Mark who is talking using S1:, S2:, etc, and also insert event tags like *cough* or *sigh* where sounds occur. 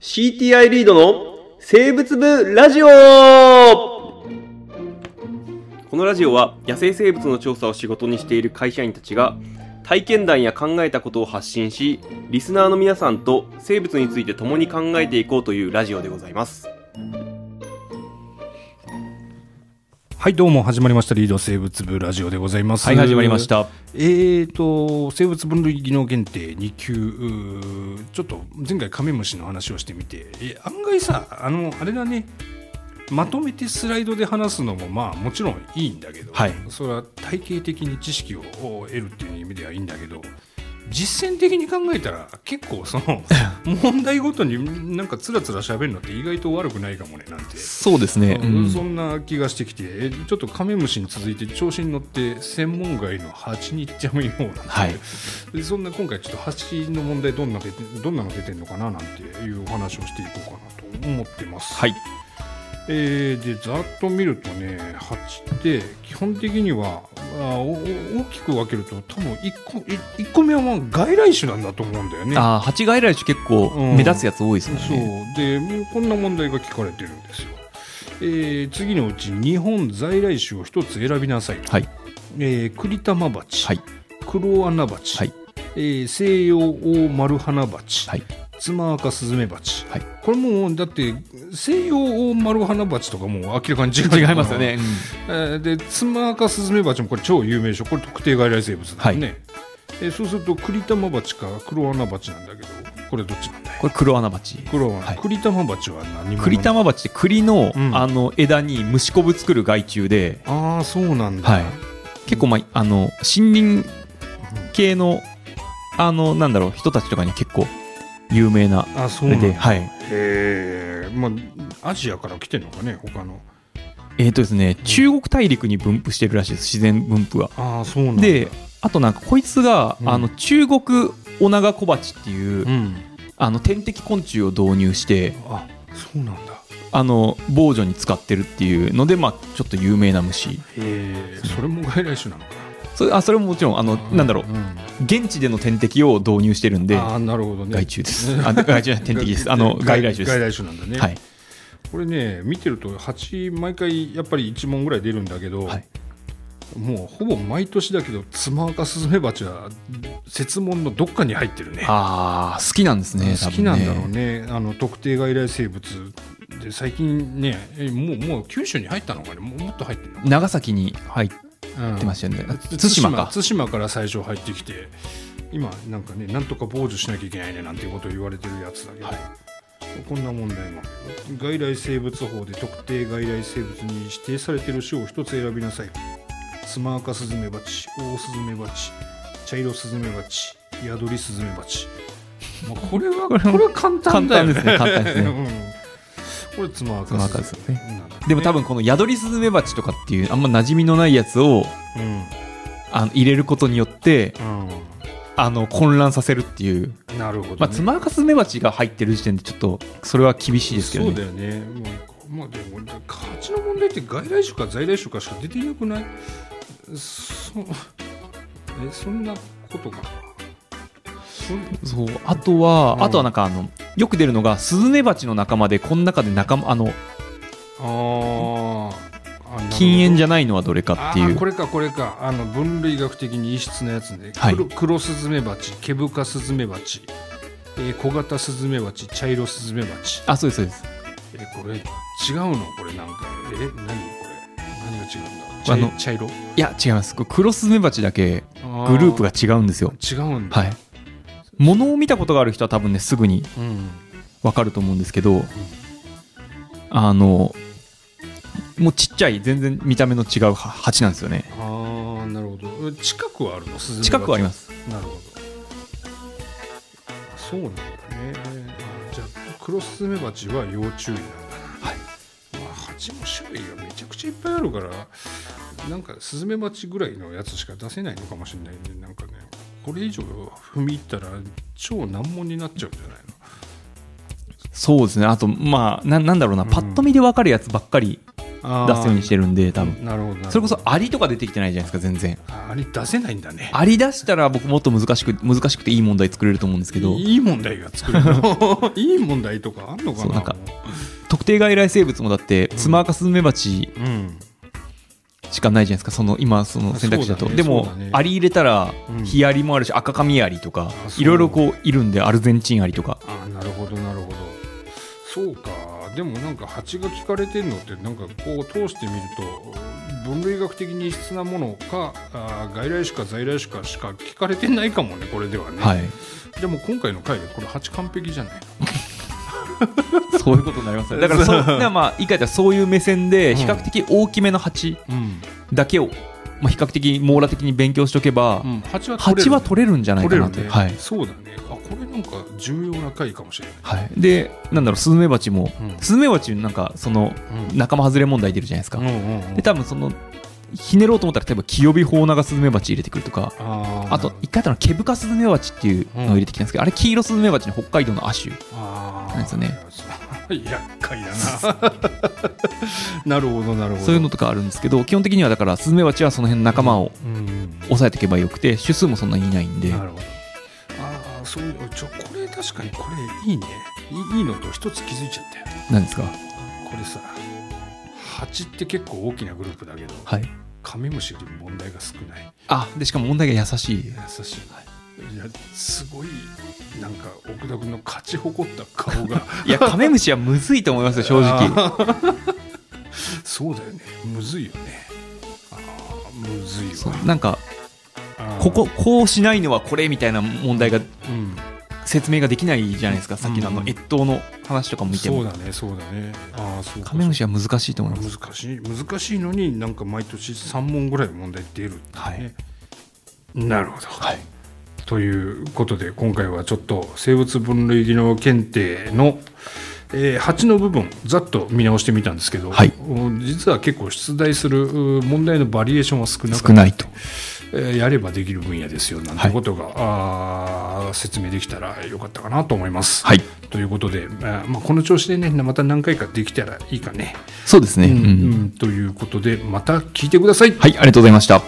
S1: CTI リードの生物部ラジオこのラジオは野生生物の調査を仕事にしている会社員たちが体験談や考えたことを発信しリスナーの皆さんと生物について共に考えていこうというラジオでございます
S2: はい、どうも、始まりました。リード生物部ラジオでございます。
S3: はい、始まりまし。た。
S2: えーと、生物分類技能検定2級、うーちょっと前回カメムシの話をしてみて、え案外さ、あの、あれだね、まとめてスライドで話すのも、まあ、もちろんいいんだけど、
S3: はい
S2: それは体系的に知識を得るっていう意味ではいいんだけど、実践的に考えたら結構そ
S3: *laughs*
S2: の問題ごとになんかつらつら喋るのって意外と悪くないかもねなんて
S3: そうですね。う
S2: うん
S3: ん
S2: そんな気がしてきてえちょっとカメムシに続いて調子に乗って専門外の蜂に行っちゃうようなんて、
S3: はい
S2: でそんな今回ちょっと蜂の問題どんなでどんなの出てるのかななんていうお話をしていこうかなと思ってます。
S3: はい。
S2: えーでざっと見るとね蜂って基本的にはあおお大きく分けると多分1個い一個目はまあ外来種なんだと思うんだよね。
S3: ああ、蜂外来種結構
S2: うん
S3: 目立つやつ多いですもん
S2: そう
S3: ね。
S2: でこんな問題が聞かれてるんですよ、えー次のうち日本在来種を一つ選びなさいと、
S3: はい。
S2: えー、クリタマバチ、
S3: はい。
S2: クロアナバチ、
S3: はい
S2: えー西洋オオマルハナバチ、
S3: はい。
S2: ツマアカスズメバチ、
S3: はい
S2: これもうだって西洋オオマルハナバチとかもう明らかに違う
S3: 違いますよね。
S2: えーでツマアカスズメバチもこれ超有名でしょこれ特定外来生物だよね、えーそうするとクリタマバチかクロアナバチなんだけどこれどっちなんだい
S3: これ黒穴蜂。
S2: 黒は、
S3: はい
S2: 栗玉鉢は何者
S3: 栗玉蜂って栗の,、
S2: うん
S3: あの枝に虫こぶ作る害虫で、
S2: ああそうなんだ、
S3: はい、結構、まあ、あの森林系のあのなんだろう人たちとかに結構有名な
S2: あそ
S3: そ
S2: うな
S3: れ
S2: んだ
S3: で、
S2: へ
S3: はい、
S2: えまあアジアから来てんのかね他の
S3: えっ、とですね中国大陸に分布してるらしいです自然分布は。
S2: ああそうなんだ
S3: であとなんかこいつが、
S2: うん
S3: あの中国オナガコバチっていう、
S2: うん
S3: あの天敵昆虫を導入して
S2: あそうなんだ
S3: あの防除に使ってるっていうので、まあ、ちょっと有名な虫
S2: へえそれも外来種なのか
S3: それあそれももちろんあの、
S2: な
S3: なんだろう
S2: うん
S3: 現地での天敵を導入してるんで
S2: ああなるほどね
S3: 害虫
S2: *laughs*
S3: ですあ外来種じゃない天敵ですあの外来種です
S2: 外来種なんだね、
S3: はい、
S2: これね見てると蜂毎回やっぱり1問ぐらい出るんだけど、
S3: はい
S2: もうほぼ毎年だけどツマアカスズメバチは設問のどっかに入ってるね
S3: ああ好きなんですね
S2: 好きなんだろう
S3: ね
S2: ねあの特定外来生物で最近ねえもうもう九州に入ったのかねもうもっと入ってるのか
S3: 長崎に入っ
S2: な、うん
S3: てましたよね対馬か
S2: 対馬から最初入ってきて今なんかねなんとか傍受しなきゃいけないねなんていうことを言われてるやつだけど、こんな問題も外来生物法で特定外来生物に指定されている種を一つ選びなさいスマアカスズメバチオオスズメバチ茶色スズメバチヤドリスズメバチ、まあ、これはこ
S3: これ
S2: れ
S3: は
S2: は簡単
S3: 簡
S2: だ
S3: 単
S2: よね
S3: ですね簡単
S2: *laughs*
S3: ですね
S2: うん、これツマア
S3: ツマア
S2: カ
S3: カ
S2: ス
S3: ス
S2: ズ
S3: ズ
S2: メ
S3: メ
S2: なんだね
S3: でも多分このヤドリスズメバチとかっていうあんま馴染みのないやつを
S2: うん
S3: あの入れることによって
S2: う、
S3: あの混乱させるっていうん
S2: なるほど、ね
S3: まあ、ツマアカスズメバチが入ってる時点でちょっとそれは厳しいですけど
S2: そう
S3: ね
S2: だよねもうまあでも勝ちの問題って外来種か在来種かしか出ていなくないそえそんなことかなそれ
S3: そうあとは、
S2: うん
S3: あとはなんかあのよく出るのがスズメバチの仲間でこの中で仲間あの
S2: ああ
S3: 禁煙じ
S2: ゃ
S3: ゃないのはどれかっていう
S2: これかこれかあの分類学的に異質なやつね、
S3: はい
S2: 黒黒スズメバチケブカスズメバチ、えー小型スズメバチ茶色スズメバチ
S3: あそうですそうです
S2: えこれ違うのこれなんかえ何これ何が違うんだ
S3: あの
S2: 茶茶色
S3: いや違いますこれクロスズメバチだけグループが違うんですよ
S2: 違うんだ、
S3: はい物を見たことがある人は多分ねすぐに
S2: うん、
S3: わかると思うんですけどあのもうちっちゃい全然見た目の違うは蜂なんですよね
S2: ああなるほど近くはあるのスズメバチ
S3: 近くはあります
S2: なるほどあそうなんだねあじゃあクロスズメバチは要注意なんだな
S3: はい
S2: まあ蜂も種類がめちゃくちゃいっぱいあるからなんかスズメバチぐらいのやつしか出せないのかもしれないねなんかねこれ以上踏み入ったら超難問になっちゃうんじゃないの
S3: そうですねあとまあななんだろうな、
S2: うん
S3: パッと見でわかるやつばっかり
S2: あ
S3: 出すようにしてるんで多分
S2: なるほどなるほど
S3: それこそアリとか出てきてないじゃないですか全然
S2: ああれ出せないんだね
S3: アリ出したら僕もっと難しく難しくていい問題作れると思うんですけど
S2: いい問題が作れるの *laughs* いい問題とかあんのか
S3: そ
S2: な
S3: うなんか特定外来生物もだってツマアカスズメバチ
S2: うん
S3: しかないじゃないですかその今その選択肢だと
S2: そうだね
S3: でも
S2: そうだね
S3: アリ入れたら
S2: うん
S3: ヒアリもあるし赤髪アリとか
S2: あそう
S3: いろいろこういるんでアルゼンチンアリとか
S2: ああなるほどなるほどそうかでもなんか蜂が聞かれてるのってなんかこう通してみると分類学的に異質なものかあー外来種か在来種かしか聞かれてないかもねこれではね、
S3: はい
S2: でも今回の回でこれ蜂完璧じゃない
S3: そういうことになりますね
S2: *laughs*
S3: だからそうだからまあ言い換えたらそういう目線で
S2: うん
S3: 比較的大きめの蜂
S2: の、うん
S3: だけをまあ比較的網羅的に勉強しておけば
S2: うん、蜂は取れる
S3: 蜂は取れるんじゃないかなと
S2: 取れるね、
S3: はい
S2: そうだねあこれなんか重要な回かもしれない、
S3: はいでなんだろうスズメバチも
S2: うん
S3: スズメバチなんかその
S2: うん
S3: 仲間外れ問題出るじゃないですか
S2: うんうんうん
S3: で多分そのひねろうと思ったら例えばキヨビホウナガスズメバチ入れてくるとか
S2: あー
S3: あと一回あったのはケブカスズメバチっていうのを入れてきたんですけど、あれ黄色スズメバチの北海道の亜種
S2: あー
S3: なんですよね
S2: そう厄介だ
S3: *laughs*
S2: ななるほどなるほど
S3: そういうのとかあるんですけど基本的にはだからスズメバチはその辺の仲間を
S2: うん
S3: 抑えていけばよくて種数もそんなにいないんで
S2: なるほどああそういうちょこれ確かにこれいいねいいいいのと一つ気づいちゃったよ
S3: なんですか
S2: これさ蜂って結構大きなグループだけど
S3: はい
S2: カメムシより問題が少ない
S3: あでしかも問題が優しい
S2: 優しい、い、やすごいなんか奥田君の勝ち誇った顔が
S3: い
S2: *laughs*
S3: やカメムシはむずいと思いますよ正直
S2: あーそうだよねむずいよねあーむずい
S3: そう
S2: わ
S3: なんか
S2: あー
S3: こここうしないのはこれみたいな問題が
S2: うん
S3: 説明ができないじゃないですかさっきのあの
S2: うん
S3: 越冬の話とかも見て
S2: そ
S3: も
S2: うだねそうだねああそうか
S3: カメムシは難しいと思います
S2: 難しい難しいのになんか毎年3問ぐらい問題出るって
S3: は
S2: ね
S3: い、
S2: なるほど、
S3: はい、
S2: ということで今回はちょっと生物分類技能検定の、えー8の部分ざっと見直してみたんですけど、
S3: はい
S2: 実は結構出題するう問題のバリエーションは少なくて
S3: 少ないと
S2: えーやればできる分野ですよなんてことが、あー説明できたらよかったかなと思います。
S3: はい
S2: ということで、まあまあ、この調子でねまた何回かできたらいいかね。
S3: そうですね、
S2: う
S3: うんん
S2: うんということでまた聞いてください。
S3: はいありがとうございました